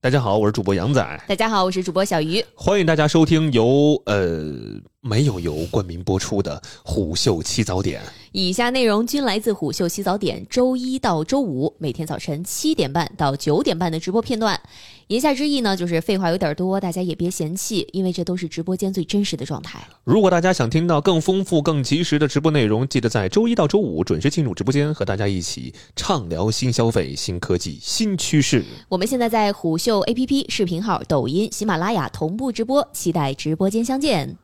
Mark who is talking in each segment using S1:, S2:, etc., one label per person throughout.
S1: 大家好，我是主播杨仔，
S2: 大家好，我是主播小鱼。
S1: 欢迎大家收听由呃没有由冠名播出的《虎嗅七早点》。
S2: 以下内容均来自虎嗅洗早点周一到周五每天早晨七点半到九点半的直播片段。言下之意呢，就是废话有点多，大家也别嫌弃，因为这都是直播间最真实的状态。
S1: 如果大家想听到更丰富、更及时的直播内容，记得在周一到周五准时进入直播间，和大家一起畅聊新消费、新科技、新趋势。
S2: 我们现在在虎嗅 APP 视频号、抖音、喜马拉雅同步直播，期待直播间相见。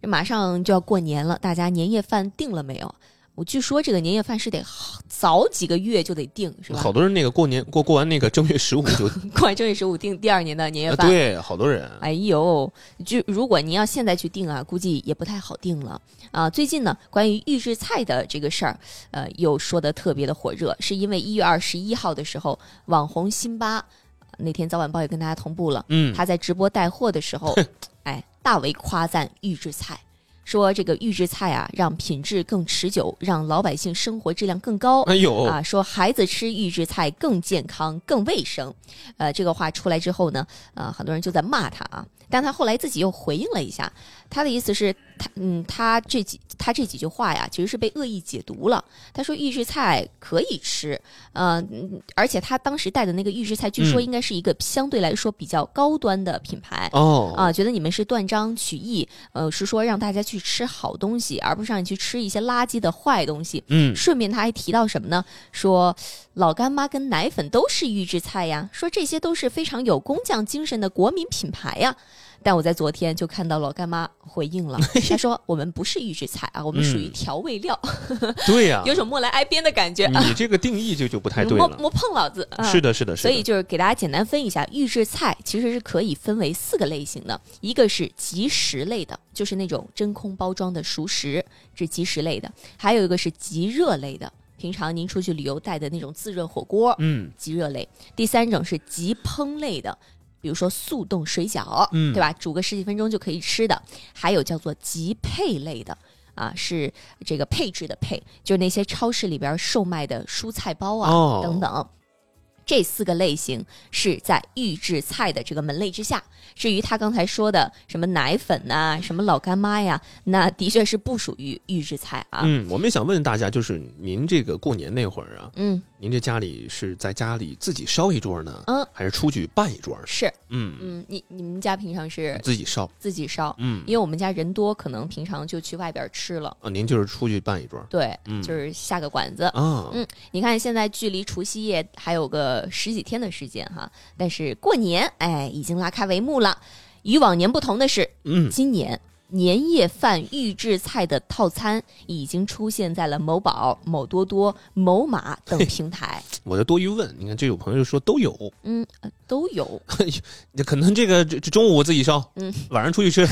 S2: 这马上就要过年了，大家年夜饭定了没有？我据说这个年夜饭是得好早几个月就得定，是吧
S1: 好？多人那个过年过过完那个正月十五就、
S2: 过完正月十五定第二年的年夜
S1: 呃
S2: 饭，
S1: 对，好多人
S2: 哎呦，就如果您要现在去订啊，估计也不太好订了啊。最近呢，关于预制菜的这个事儿，呃，又说的特别的火热，是因为一月二十一号的时候，网红辛巴那天早晚报也跟大家同步了，
S1: 嗯
S2: 他在直播带货的时候，哎，大为夸赞预制菜。说这个预制菜啊，让品质更持久，让老百姓生活质量更高。
S1: 哎呦，
S2: 啊，说孩子吃预制菜更健康、更卫生。呃，这个话出来之后呢，呃，很多人就在骂他啊，但他后来自己又回应了一下，他的意思是，他嗯，他这几他这几句话呀，其实是被恶意解读了。他说预制菜可以吃，呃，嗯而且他当时带的那个预制菜，据说
S1: 嗯
S2: 应该是一个相对来说比较高端的品牌。
S1: 哦
S2: 啊，觉得你们是断章取义，呃，是说让大家去吃好东西，而不是让你去吃一些垃圾的坏东西。
S1: 嗯，
S2: 顺便他还提到什么呢？说老干妈跟奶粉都是预制菜呀，说这些都是非常有工匠精神的国民品牌呀。但我在昨天就看到老干妈回应 了，她说我们不是预制菜啊，我们属于
S1: 嗯
S2: 调味料，
S1: 对呀、
S2: 有种莫来挨边的感觉啊，
S1: 你这个定义就就嗯不太对
S2: 莫
S1: 了。
S2: 莫碰老子。啊、
S1: 是的，是的，是
S2: 所
S1: 的。
S2: 以就是给大家简单分一下，预制菜其实是可以分为四个类型的，一个是即食类的，就是那种真空包装的熟食，这是即食类的；还有一个是即热类的，平常您出去旅游带的那种自热火锅，
S1: 嗯，
S2: 即热类；第三种是即烹类的。比如说速冻水饺，
S1: 嗯
S2: 对吧？煮个十几分钟就可以吃的，还有叫做即配类的，啊，是这个配置的配，就是那些超市里边售卖的蔬菜包啊、
S1: 哦
S2: 等等。这四个类型是在预制菜的这个门类之下。至于他刚才说的什么奶粉呐、什么老干妈呀，那的确是不属于预制菜啊。
S1: 嗯，我们也想问大家，就是您这个过年那会儿啊，
S2: 嗯
S1: 您这家里是在家里自己烧一桌呢，
S2: 嗯
S1: 还是出去办一桌？
S2: 是，
S1: 嗯，
S2: 嗯，你你们家平常是
S1: 自己烧。
S2: 自己烧？
S1: 嗯，
S2: 因为我们家人多，可能平常就去外边吃了。
S1: 啊，您就是出去办一桌
S2: 对，
S1: 嗯
S2: 就是下个馆子。
S1: 啊？
S2: 嗯你看，现在距离除夕夜还有个十几天的时间哈，但是过年哎已经拉开帷幕了。与往年不同的是，
S1: 嗯，
S2: 今年年夜饭预制菜的套餐已经出现在了某宝、某多多、某马等平 台，
S1: 我就多余问，你看这有朋友说都有，
S2: 嗯，呃都有，
S1: 可能这个这这中午自己烧，
S2: 嗯，
S1: 晚上出去吃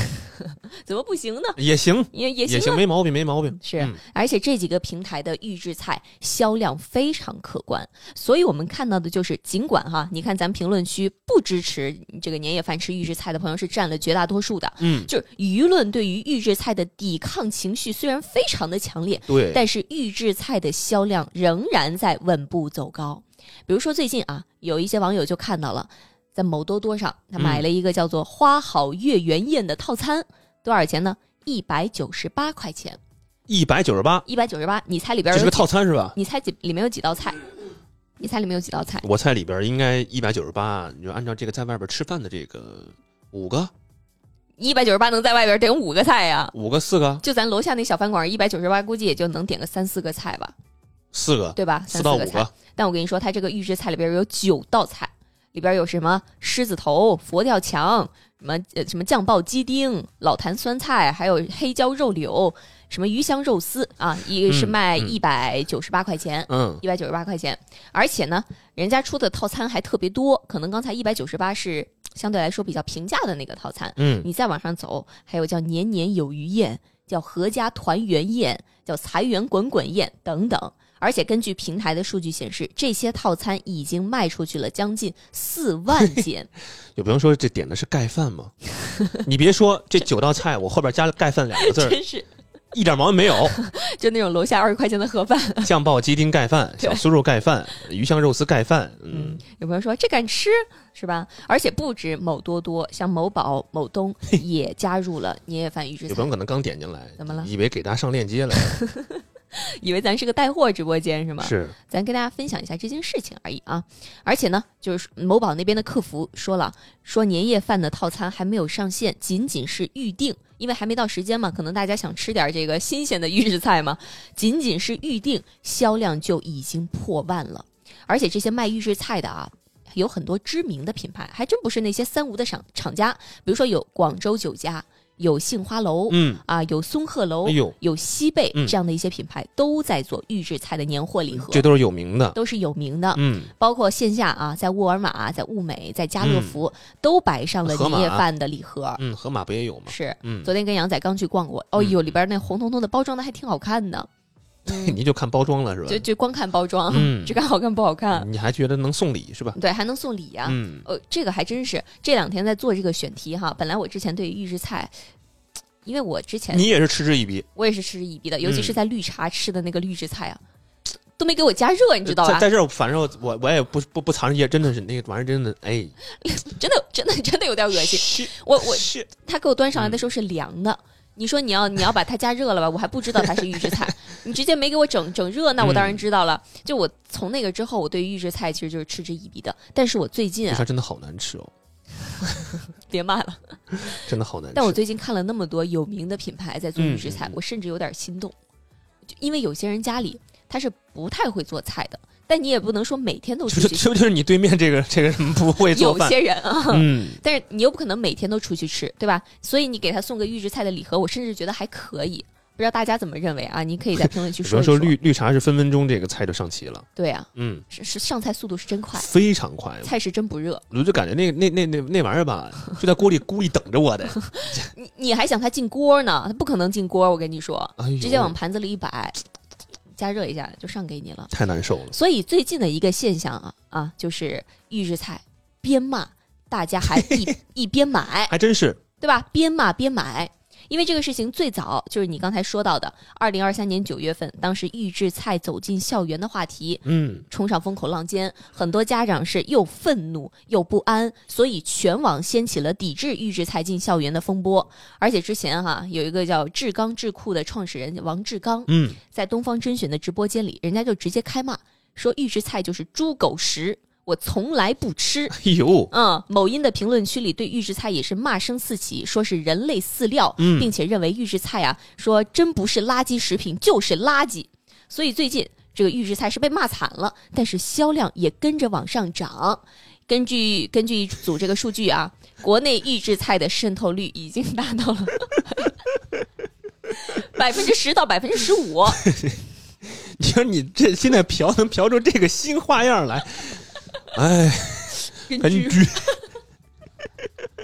S2: 怎么不行呢？
S1: 也行，
S2: 也也行
S1: 也
S2: 啊
S1: 行，没毛病，没毛病。
S2: 是啊
S1: 嗯，
S2: 而且这几个平台的预制菜销量非常可观，所以我们看到的就是，尽管哈，你看咱评论区不支持这个年夜饭吃预制菜的朋友是占了绝大多数的，
S1: 嗯，
S2: 就是舆论对于预制菜的抵抗情绪虽然非常的强烈，
S1: 对，
S2: 但是预制菜的销量仍然在稳步走高。比如说最近啊，有一些网友就看到了，在某多多上，他买
S1: 嗯
S2: 了一个叫做“花好月圆宴”的套餐，多少钱呢？一百九十八块钱。
S1: 一百九十八，
S2: 一百九十八，你猜里边
S1: 这是
S2: 有几
S1: 个套餐是吧？
S2: 你猜几里面有几道菜？你猜里面有几道菜？
S1: 我猜里边应该一百九十八，你就按照这个在外边吃饭的这个五个、
S2: 一百九十八能在外边点五个菜呀、
S1: 五个、四个、
S2: 就咱楼下那小饭馆，一百九十八估计也就能点个三四个菜吧，
S1: 四个、
S2: 对吧？
S1: 四
S2: 三
S1: 到
S2: 四
S1: 五
S2: 菜。但我跟你说，它这个预制菜里边有九道菜，里边有什么狮子头、佛跳墙，什么呃什么酱爆鸡丁、老坛酸菜，还有黑椒肉柳，什么鱼香肉丝啊，一个是
S1: 嗯
S2: 卖
S1: 嗯
S2: 一百九十八块钱。
S1: 嗯，
S2: 一百九十八块钱，而且呢，人家出的套餐还特别多，可能刚才一百九十八是相对来说比较平价的那个套餐，
S1: 嗯，
S2: 你再往上走，还有叫年年有余宴，叫合家团圆宴，叫财源滚滚宴等等。而且根据平台的数据显示，这些套餐已经卖出去了将近四万件。
S1: 有朋友说 这点的是盖饭吗？你别说这九道菜，我后边加了“盖饭”两个字儿，
S2: 真是
S1: 一点毛病没 有。
S2: 就那种楼下二十块钱的盒饭。
S1: 酱爆鸡丁盖饭、小酥肉盖饭、鱼香肉丝盖饭，嗯，
S2: 有朋友说这敢吃是吧？而且不止某多多，像某宝、某东也加入了年夜饭预制
S1: 有
S2: 菜
S1: 朋。友可能刚点进来，
S2: 怎么了
S1: 以为给大家上链接了，
S2: 以为咱是个带货直播间是吗？
S1: 是
S2: 咱跟大家分享一下这件事情而已啊。而且呢，就是某宝那边的客服说了，说年夜饭的套餐还没有上线，仅仅是预定，因为还没到时间嘛，可能大家想吃点这个新鲜的预制菜嘛，仅仅是预定，销量就已经破万了。而且这些卖预制菜的啊。有很多知名的品牌，还真不是那些三无的厂厂家，比如说有广州酒家，有杏花楼，
S1: 嗯，
S2: 啊，有松鹤楼，
S1: 哎呦
S2: 有西贝、
S1: 嗯
S2: 这样的一些品牌都在做预制菜的年货礼盒，
S1: 这都是有名的，
S2: 都是有名的。
S1: 嗯，
S2: 包括线下啊，在沃尔玛、在物美、在家乐福、都摆上了
S1: 嗯盒马
S2: 年夜饭的礼盒。
S1: 嗯，河马不也有吗？
S2: 是，
S1: 嗯，
S2: 昨天跟杨仔刚去逛过，哦
S1: 嗯
S2: 呦，里边那红彤彤的包装的还挺好看的，
S1: 你就看包装了是吧
S2: 就？就光看包装，
S1: 嗯
S2: 只看好看不好看，
S1: 你还觉得能送礼是吧？
S2: 对，还能送礼呀、
S1: 嗯，
S2: 呃，这个还真是这两天在做这个选题哈。本来我之前对预制菜，因为我之前
S1: 你也是嗤之以鼻，
S2: 我也是嗤之以鼻的，尤其
S1: 嗯
S2: 是在绿茶吃的那个绿制菜啊，都没给我加热，你知道
S1: 在
S2: 吧？
S1: 在这儿，反正我我也不不不藏着掖，真的是那个玩意儿，真的哎，
S2: 真的真的 真的有点恶心。
S1: 心。
S2: 我我
S1: 是
S2: 他给我端上
S1: 嗯
S2: 来的时候是凉的，你说你要你要把它加热了吧？我还不知道它是预制 菜，你直接没给我整整热，那我当然
S1: 嗯
S2: 知道了。就我从那个之后，我对预制菜其实就是嗤之以鼻的。但是我最近
S1: 绿
S2: 啊，
S1: 茶真的好难吃哦，
S2: 别骂了，
S1: 真的好难吃。
S2: 但我最近看了那么多有名的品牌在做预制菜，
S1: 嗯嗯嗯
S2: 我甚至有点心动，就因为有些人家里他是不太会做菜的。但你也不能说每天都
S1: 就
S2: 出
S1: 是
S2: 去
S1: 是不是你对面这个这个人不会做
S2: 有
S1: 饭？
S2: 些人啊，
S1: 嗯，
S2: 但是你又不可能每天都出去吃，对吧？所以你给他送个预制菜的礼盒，我甚至觉得还可以。不知道大家怎么认为啊？你可以在评论区
S1: 比
S2: 说
S1: 方
S2: 一
S1: 说绿绿茶是分分钟这个菜就上齐了，
S2: 对啊，
S1: 嗯，
S2: 是是上菜速度是真快，
S1: 非常快。
S2: 菜是真不热。
S1: 我就感觉那那那那那玩意儿吧，就在锅里故意等着我的，
S2: 你你还想它进锅呢？它不可能进锅，我跟你说，
S1: 哎呦
S2: 直接往盘子里一摆，加热一下就上给你了。
S1: 太难受了。
S2: 所以最近的一个现象啊啊，就是预制菜边骂大家还一 一边买，
S1: 还真是，
S2: 对吧？边骂边买，因为这个事情最早就是你刚才说到的，二零二三年九月份，当时预制菜走进校园的话题
S1: 嗯，
S2: 冲上风口浪尖，很多家长是又愤怒又不安，所以全网掀起了抵制预制菜进校园的风波。而且之前哈、有一个叫志刚智库的创始人王志刚，
S1: 嗯，
S2: 在东方甄选的直播间里，人家就直接开骂说预制菜就是猪狗食，我从来不吃。
S1: 哎呦，
S2: 嗯，某音的评论区里对预制菜也是骂声四起，说是人类饲料，
S1: 嗯
S2: 并且认为预制菜啊，说真不是垃圾食品就是垃圾。所以最近这个预制菜是被骂惨了，但是销量也跟着往上涨。根据根据一组这个数 据啊，国内预制菜的渗透率已经达到了 百分之十到百分之 十五。
S1: 你说你这现在嫖能嫖出这个新花样 来，哎，
S2: 根
S1: 很
S2: 据
S1: 绝。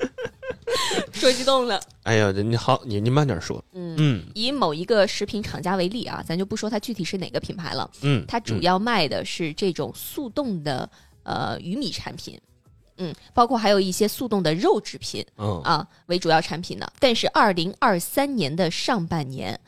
S2: 说激动了。
S1: 哎呀，你好，你你慢点说。
S2: 嗯
S1: 嗯
S2: 以某一个食品厂家为例啊，咱就不说它具体是哪个品牌了，
S1: 嗯，
S2: 它主
S1: 嗯
S2: 要卖的是这种速冻的呃鱼米产品，嗯，包括还有一些速冻的肉制品
S1: 嗯
S2: 啊为主要产品的。但是二零二三年的上半年，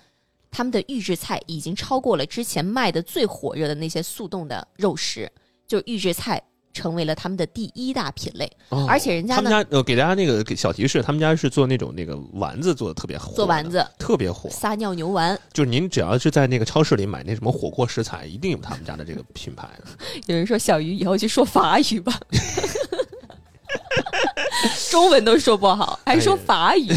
S2: 他们的预制菜已经超过了之前卖的最火热的那些速冻的肉食，就是预制菜成为了他们的第一大品类，
S1: 哦
S2: 而且人家
S1: 他
S2: 呢
S1: 们家呃给大家那个给小提示，他们家是做那种那个丸子做的特别火的，
S2: 做丸子。
S1: 特别火，
S2: 撒尿牛丸，
S1: 就是您只要是在那个超市里买那什么火锅食材，一定有他们家的这个品牌。
S2: 有人说小鱼以后去说法语 吧，中文都说不好，还说法语。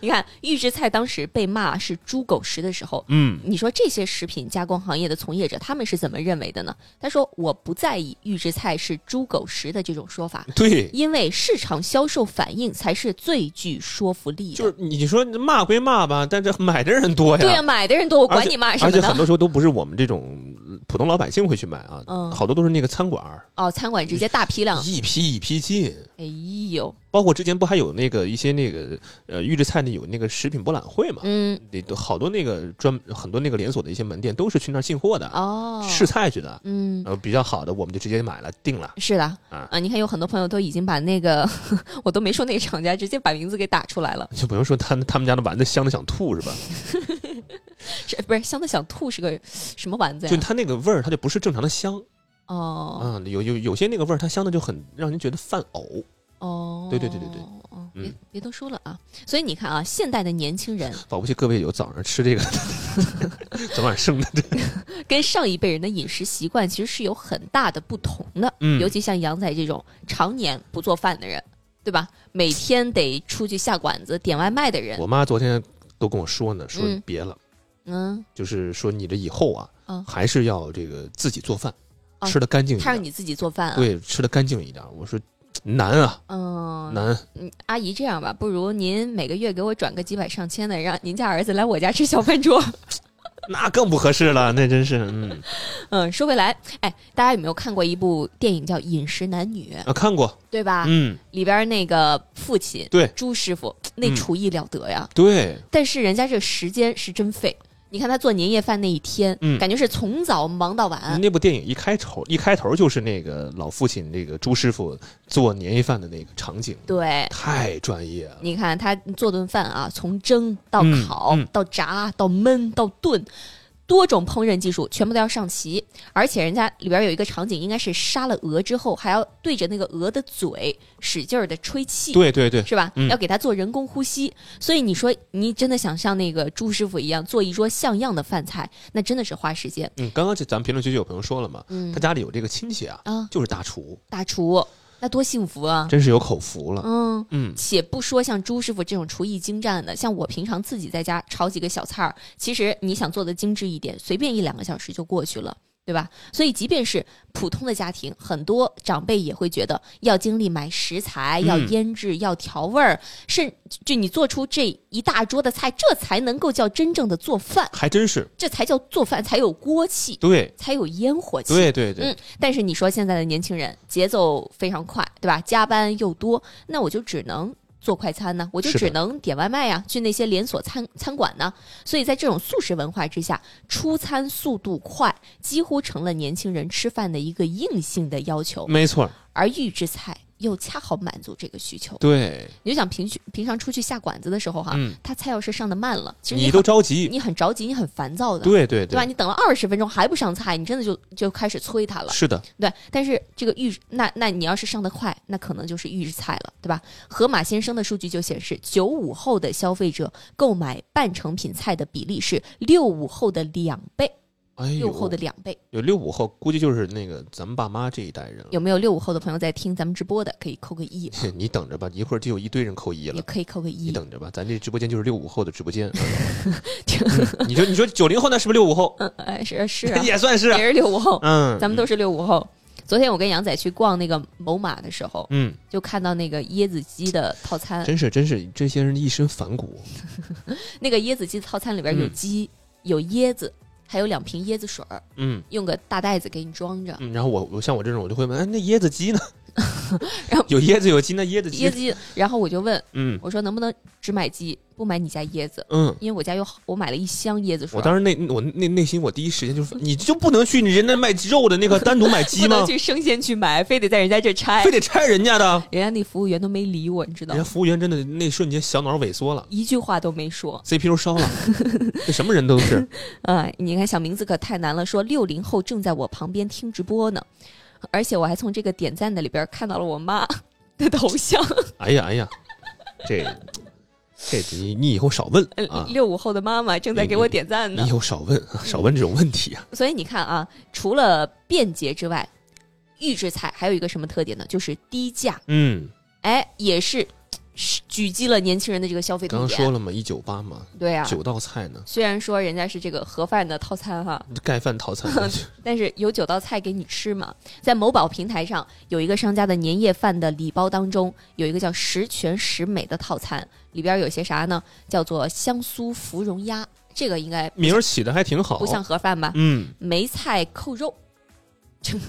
S2: 你看预制菜当时被骂是猪狗食的时候，
S1: 嗯，
S2: 你说这些食品加工行业的从业者他们是怎么认为的呢？他说我不在意预制菜是猪狗食的这种说法，
S1: 对，
S2: 因为市场销售反应才是最具说服力的。
S1: 就是你说骂归骂吧，但这买的人多呀。
S2: 对啊，买的人多，我
S1: 而
S2: 管
S1: 且
S2: 你骂什
S1: 而
S2: 么
S1: 且很
S2: 呢？
S1: 多时候都不是我们这种普通老百姓会去买啊，
S2: 嗯
S1: 好多都是那个餐馆儿
S2: 哦，餐馆直接大批量，
S1: 一批一批进，
S2: 哎呦，
S1: 包括之前不还有那个一些那个呃预制菜的有那个食品博览会嘛，
S2: 嗯，
S1: 那都好多那个专很多那个连锁的一些门店都是去那儿进货的，
S2: 哦，
S1: 试，菜去的，
S2: 嗯。
S1: 呃比较好的我们就直接买了定了，
S2: 是的，呃
S1: 啊
S2: 你看有很多朋友都已经把那个， 我都没说那个厂家，直接把名字给打出来了，
S1: 就不用说他他们家的丸子香的想吐是吧？
S2: 是不是香的想吐是个什么丸子呀
S1: 就？它那个味儿它就不是正常的香
S2: 啊哦
S1: 啊，有有有些那个味儿它香的就很让人觉得犯呕，
S2: 哦，
S1: 对对对对对
S2: 哦，
S1: 嗯
S2: 别别多说了啊。所以你看啊，现代的年轻 人
S1: 保不齐各位有早上吃这个 早晚剩 的这个，
S2: 跟上一辈人的饮食习惯其实是有很大的不同的，
S1: 嗯
S2: 尤其像杨仔这种常年不做饭的人，对吧？每天得出去下馆子点外卖的人，
S1: 我妈昨天都跟我说呢，说
S2: 嗯
S1: 别了。
S2: 嗯，
S1: 就是说你这以后啊，
S2: 嗯
S1: 还是要这个自己做饭，
S2: 啊
S1: 吃的干净一
S2: 他让
S1: 点，
S2: 你自己做饭啊。
S1: 对，吃的干净一点。我说难啊，
S2: 嗯，
S1: 难，
S2: 嗯，阿姨这样吧，不如您每个月给我转个几百上千的，让您家儿子来我家吃小饭桌。
S1: 那更不合适了，那真是，嗯，
S2: 嗯，说回来，哎，大家有没有看过一部电影叫《饮食男女》，
S1: 啊，看过，
S2: 对吧？
S1: 嗯，
S2: 里边那个父亲
S1: 对
S2: 朱师傅那
S1: 嗯
S2: 厨艺了得呀，
S1: 对，
S2: 但是人家这时间是真费。你看他做年夜饭那一天，
S1: 嗯
S2: 感觉是从早忙到晚。
S1: 那部电影一开头一开头就是那个老父亲那个朱师傅做年夜饭的那个场景，
S2: 对，
S1: 太专业了，
S2: 你看他做顿饭啊，从蒸到
S1: 嗯
S2: 烤、
S1: 嗯
S2: 到炸到焖到炖，多种烹饪技术全部都要上齐。而且人家里边有一个场景，应该是杀了鹅之后，还要对着那个鹅的嘴使劲儿的吹气。
S1: 对对对，
S2: 是吧？
S1: 嗯
S2: 要给他做人工呼吸，所以你说你真的想像那个朱师傅一样做一桌像样的饭菜，那真的是花时间。
S1: 嗯，刚刚这咱们评论区就有朋友说了嘛，
S2: 嗯
S1: 他家里有这个亲戚啊，
S2: 啊，
S1: 就是大厨，
S2: 大厨那多幸福啊！
S1: 真是有口福了，
S2: 嗯，
S1: 嗯，
S2: 且不说像朱师傅这种厨艺精湛的，像我平常自己在家炒几个小菜儿，其实你想做的精致一点，随便一两个小时就过去了。对吧？所以，即便是普通的家庭，很多长辈也会觉得要经历买食材、
S1: 嗯
S2: 要腌制、要调味儿，甚就你做出这一大桌的菜，这才能够叫真正的做饭，
S1: 还真是，
S2: 这才叫做饭，才有锅气，
S1: 对
S2: 才有烟火气。
S1: 对对对，
S2: 嗯，但是你说现在的年轻人节奏非常快，对吧？加班又多，那我就只能做快餐呢、我就是
S1: 的
S2: 只能点外卖呀、去那些连锁餐餐馆呢、所以在这种速食文化之下，出餐速度快几乎成了年轻人吃饭的一个硬性的要求，
S1: 没错儿，
S2: 而预制菜又恰好满足这个需求。
S1: 对，
S2: 你就想平均平常出去下馆子的时候哈、
S1: 嗯
S2: 他菜要是上的慢了，其实
S1: 你
S2: 你
S1: 都
S2: 很
S1: 着急，
S2: 你很着急，你很烦躁的。
S1: 对对
S2: 对吧？，你等了二十分钟还不上菜，你真的就就开始催他了。
S1: 是的，
S2: 对，但是这个预制那那你要是上的快，那可能就是预制菜了，对吧？盒马鲜生的数据就显示，九五后的消费者购买半成品菜的比例是六五后的两倍，
S1: 哎呦，
S2: 六后的两倍。
S1: 有六五后，估计就是那个咱们爸妈这一代人了。
S2: 有没有六五后的朋友在听咱们直播的？可以扣个一， 啊
S1: 你等着吧，一会儿就有一堆人扣一
S2: 也
S1: 了。
S2: 可以扣个
S1: 你
S2: 一。
S1: 等着吧，咱这直播间就是六五后的直播 间。啊嗯你说，你说九零后那是不是六五后？，
S2: 嗯，哎，是是啊
S1: 也算是啊。
S2: 也是六五后，
S1: 嗯，
S2: 咱们都是六五后。昨天我跟杨仔去逛那个某马的时候，
S1: 嗯，
S2: 就看到那个椰子鸡的套餐，
S1: 真是真是，这些人一身反骨。
S2: 那个椰子鸡套餐里边有
S1: 嗯
S2: 鸡、有椰子，还有两瓶椰子水儿，
S1: 嗯
S2: 用个大袋子给你装着。？
S1: 嗯，然后我我像我这种，我就会问，哎，那椰子鸡呢
S2: 然后
S1: 有椰子有鸡，那椰子鸡
S2: 椰子，鸡，然后我就问
S1: 嗯
S2: 我说能不能只买鸡，不买你家椰子？
S1: 嗯。
S2: 因为我家有好我买了一箱椰子水
S1: 我
S2: 儿，
S1: 当时内我内内心我第一时间就是，你就不能去你人家卖肉的那个单独买鸡
S2: 不能
S1: 吗？
S2: 去生鲜去买，非得在人家这拆
S1: 非。得哎拆人家的？
S2: 人家那服务员都没理我，你知道
S1: 人家
S2: 吗，
S1: 服务员真的那瞬间小脑萎缩了。
S2: 一句话都没说。
S1: CPU 烧 了，这什么人都是。
S2: 哎，你看小名字可太难了，说六零后正在我旁边听直播呢，而且我还从这个点赞的里边看到了我妈的头像。
S1: 哎呀哎 呀，这这你你以后少问啊，
S2: 六五后的妈妈正在给我点赞呃呢
S1: 你以。后少问 啊，少问这种问题啊。
S2: 所以你看啊，除了便捷之外，预制菜还有一个什么特点呢？就是低价，
S1: 嗯，
S2: 哎，也是是狙击了年轻人的这个消费
S1: 刚刚
S2: 痛
S1: 说
S2: 点。
S1: 了嘛，一九八嘛，
S2: 对啊，
S1: 九道菜呢，
S2: 虽然说人家是这个盒饭的套餐哈，
S1: 盖饭套餐
S2: 但是有九道菜给你吃嘛。在某宝平台上有一个商家的年夜饭的礼包当中，有一个叫“十全十美”的套餐，里边有些啥呢？叫做香酥芙蓉鸭，这个应该
S1: 名儿起的还挺好
S2: 不。像盒饭吧？
S1: 嗯，
S2: 梅菜扣肉，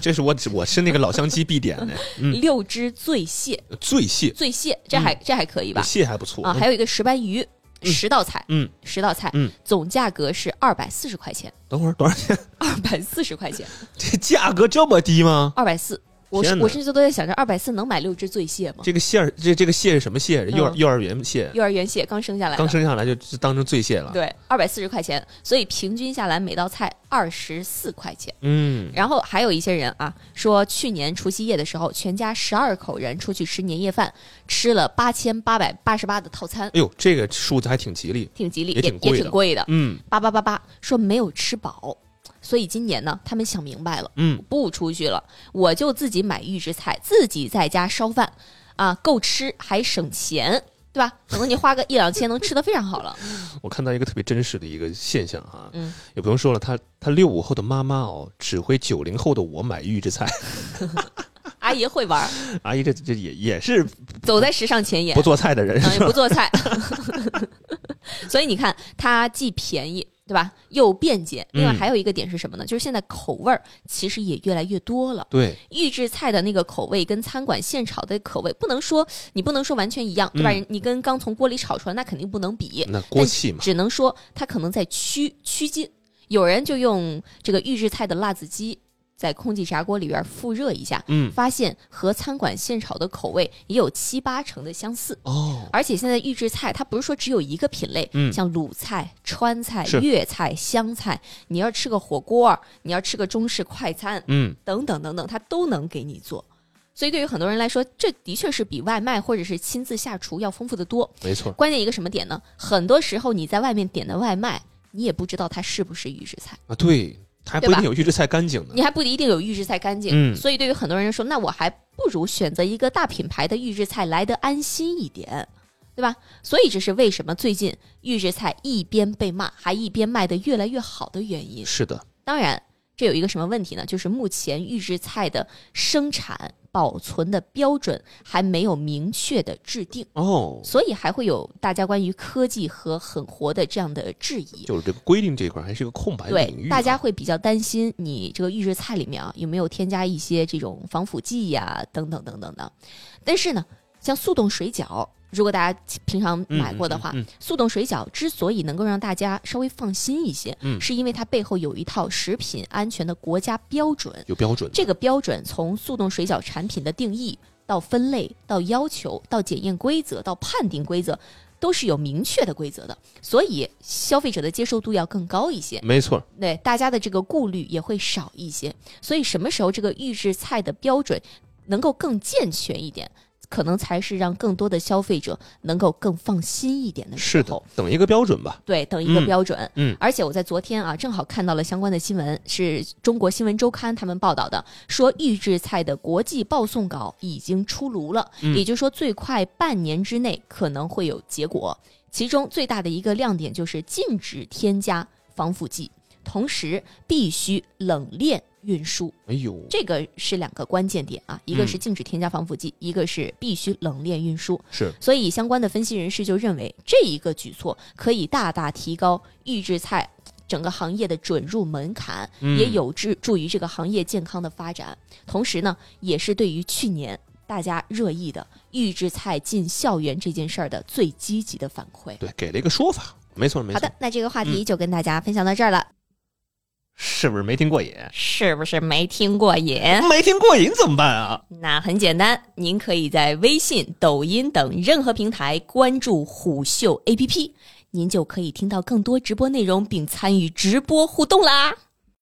S1: 这是我只我吃那个老乡鸡必点的， 嗯，
S2: 六只醉蟹，
S1: 醉蟹，
S2: 醉蟹这还这还可以吧？
S1: 嗯蟹还不错
S2: 啊，还有一个石斑鱼，
S1: 嗯
S2: 十道菜，
S1: 嗯，
S2: 十道菜
S1: 嗯，
S2: 总价格是二百四十块钱，
S1: 等会儿 多少钱？
S2: 二百四十块钱，
S1: 这价格这么低吗？
S2: 二百四。我
S1: 天
S2: 是
S1: 哪
S2: 我甚至都在想着，二百四能买六只醉蟹吗？
S1: 这个蟹儿，这这个蟹是什么蟹？幼儿
S2: 啊嗯
S1: 幼儿园蟹，
S2: 幼儿园蟹刚生下来的
S1: 刚，生下来就就当成醉蟹了。
S2: 对，二百四十块钱，所以平均下来每道菜二十四块钱。
S1: 嗯，
S2: 然后还有一些人啊，说去年除夕夜的时候，全家十二口人出去吃年夜饭，吃了八千八百八十八的套餐，
S1: 哎呦，这个数字还挺吉利。
S2: 挺吉利，
S1: 也
S2: 也
S1: 挺贵的
S2: 挺贵的，
S1: 嗯
S2: 八八八八，说没有吃饱，所以今年呢，他们想明白了，
S1: 嗯，
S2: 不出去了，我就自己买预制菜，自己在家烧饭，啊，够吃还省钱。对吧？可能你花个一两千能吃得非常好 了。
S1: 我看到一个特别真实的一个现象啊，
S2: 嗯
S1: 也不用说了，他他六五后的妈妈哦，指挥九零后的我买预制菜，
S2: 阿姨会玩儿，
S1: 阿姨这这也也是
S2: 走在时尚前沿
S1: 不。做菜的人
S2: 嗯，
S1: 是
S2: 也不
S1: 吧？
S2: 做菜， 所以你看，它既便宜，对吧？又便捷。另外
S1: 嗯
S2: 还有一个点是什么呢？就是现在口味儿其实也越来越多了。
S1: 对，
S2: 预制菜的那个口味跟餐馆现炒的口味，不能说你不能说完全一样，对吧？
S1: 嗯
S2: 你跟刚从锅里炒出来，那肯定不能比。
S1: 那锅气嘛，
S2: 只能说它可能在趋趋近。有人就用这个预制菜的辣子鸡在空气炸锅里边复热一下，
S1: 嗯，
S2: 发现和餐馆现炒的口味也有七八成的相似。
S1: 哦，
S2: 而且现在预制菜它不是说只有一个品类，
S1: 嗯
S2: 像鲁菜、川菜、
S1: 是
S2: 粤菜、湘菜，你要吃个火锅，你要吃个中式快餐，
S1: 嗯，
S2: 等等等等，它都能给你做。所以对于很多人来说，这的确是比外卖或者是亲自下厨要丰富的多。
S1: 没错，
S2: 关键一个什么点呢？很多时候你在外面点的外卖，你也不知道它是不是预制菜，
S1: 啊，对，还不
S2: 对
S1: 一
S2: 吧
S1: 定有预制菜干净呢
S2: 你。还不一定有预制菜干净。
S1: 嗯
S2: 所以对于很多人来说，那我还不如选择一个大品牌的预制菜来得安心一点，对吧？所以这是为什么最近预制菜一边被骂，还一边卖得越来越好的原因。
S1: 是的，
S2: 当然，这有一个什么问题呢？就是目前预制菜的生产、保存的标准还没有明确的制定，
S1: 哦，
S2: 所以还会有大家关于科技和狠活的这样的质疑。
S1: 就是这个规定这一块还是个空白领
S2: 对，
S1: 域啊，
S2: 大家会比较担心你这个预制菜里面啊有没有添加一些这种防腐剂呀、等等等等的。但是呢，像速冻水饺，如果大家平常买过的话，
S1: 嗯嗯嗯
S2: 速冻水饺之所以能够让大家稍微放心一些，
S1: 嗯
S2: 是因为它背后有一套食品安全的国家标准。
S1: 有标准的，
S2: 这个标准从速冻水饺产品的定义到分类、到要求、到检验规则、到判定规则，都是有明确的规则的，所以消费者的接受度要更高一些，
S1: 没错，
S2: 对大家的这个顾虑也会少一些。所以什么时候这个预制菜的标准能够更健全一点，可能才是让更多的消费者能够更放心一点的时
S1: 是
S2: 候。
S1: 的，等一个标准吧。
S2: 对，等一个
S1: 嗯
S2: 标准。
S1: 嗯
S2: 而且我在昨天啊，正好看到了相关的新闻，是中国新闻周刊他们报道的，说预制菜的国际报送稿已经出炉了，
S1: 嗯
S2: 也就是说最快半年之内可能会有结果。其中最大的一个亮点就是禁止添加防腐剂，同时必须冷链运输。
S1: 哎呦，
S2: 这个是两个关键点啊，一个
S1: 嗯
S2: 是禁止添加防腐剂，一个是必须冷链运输。
S1: 是
S2: 所以相关的分析人士就认为，这一个举措可以大大提高预制菜整个行业的准入门槛，
S1: 嗯
S2: 也有助助于这个行业健康的发展。同时呢，也是对于去年大家热议的预制菜进校园这件事儿的最积极的反馈。
S1: 对，给了一个说法，没错没
S2: 好
S1: 错
S2: 的，，那这个话题就跟大家分享到这儿了，
S1: 是不是没听过瘾？
S2: 是不是没听过瘾？
S1: 没听过瘾怎么办啊？
S2: 那很简单，您可以在微信、抖音等任何平台关注虎嗅 APP，您就可以听到更多直播内容，并参与直播互动啦。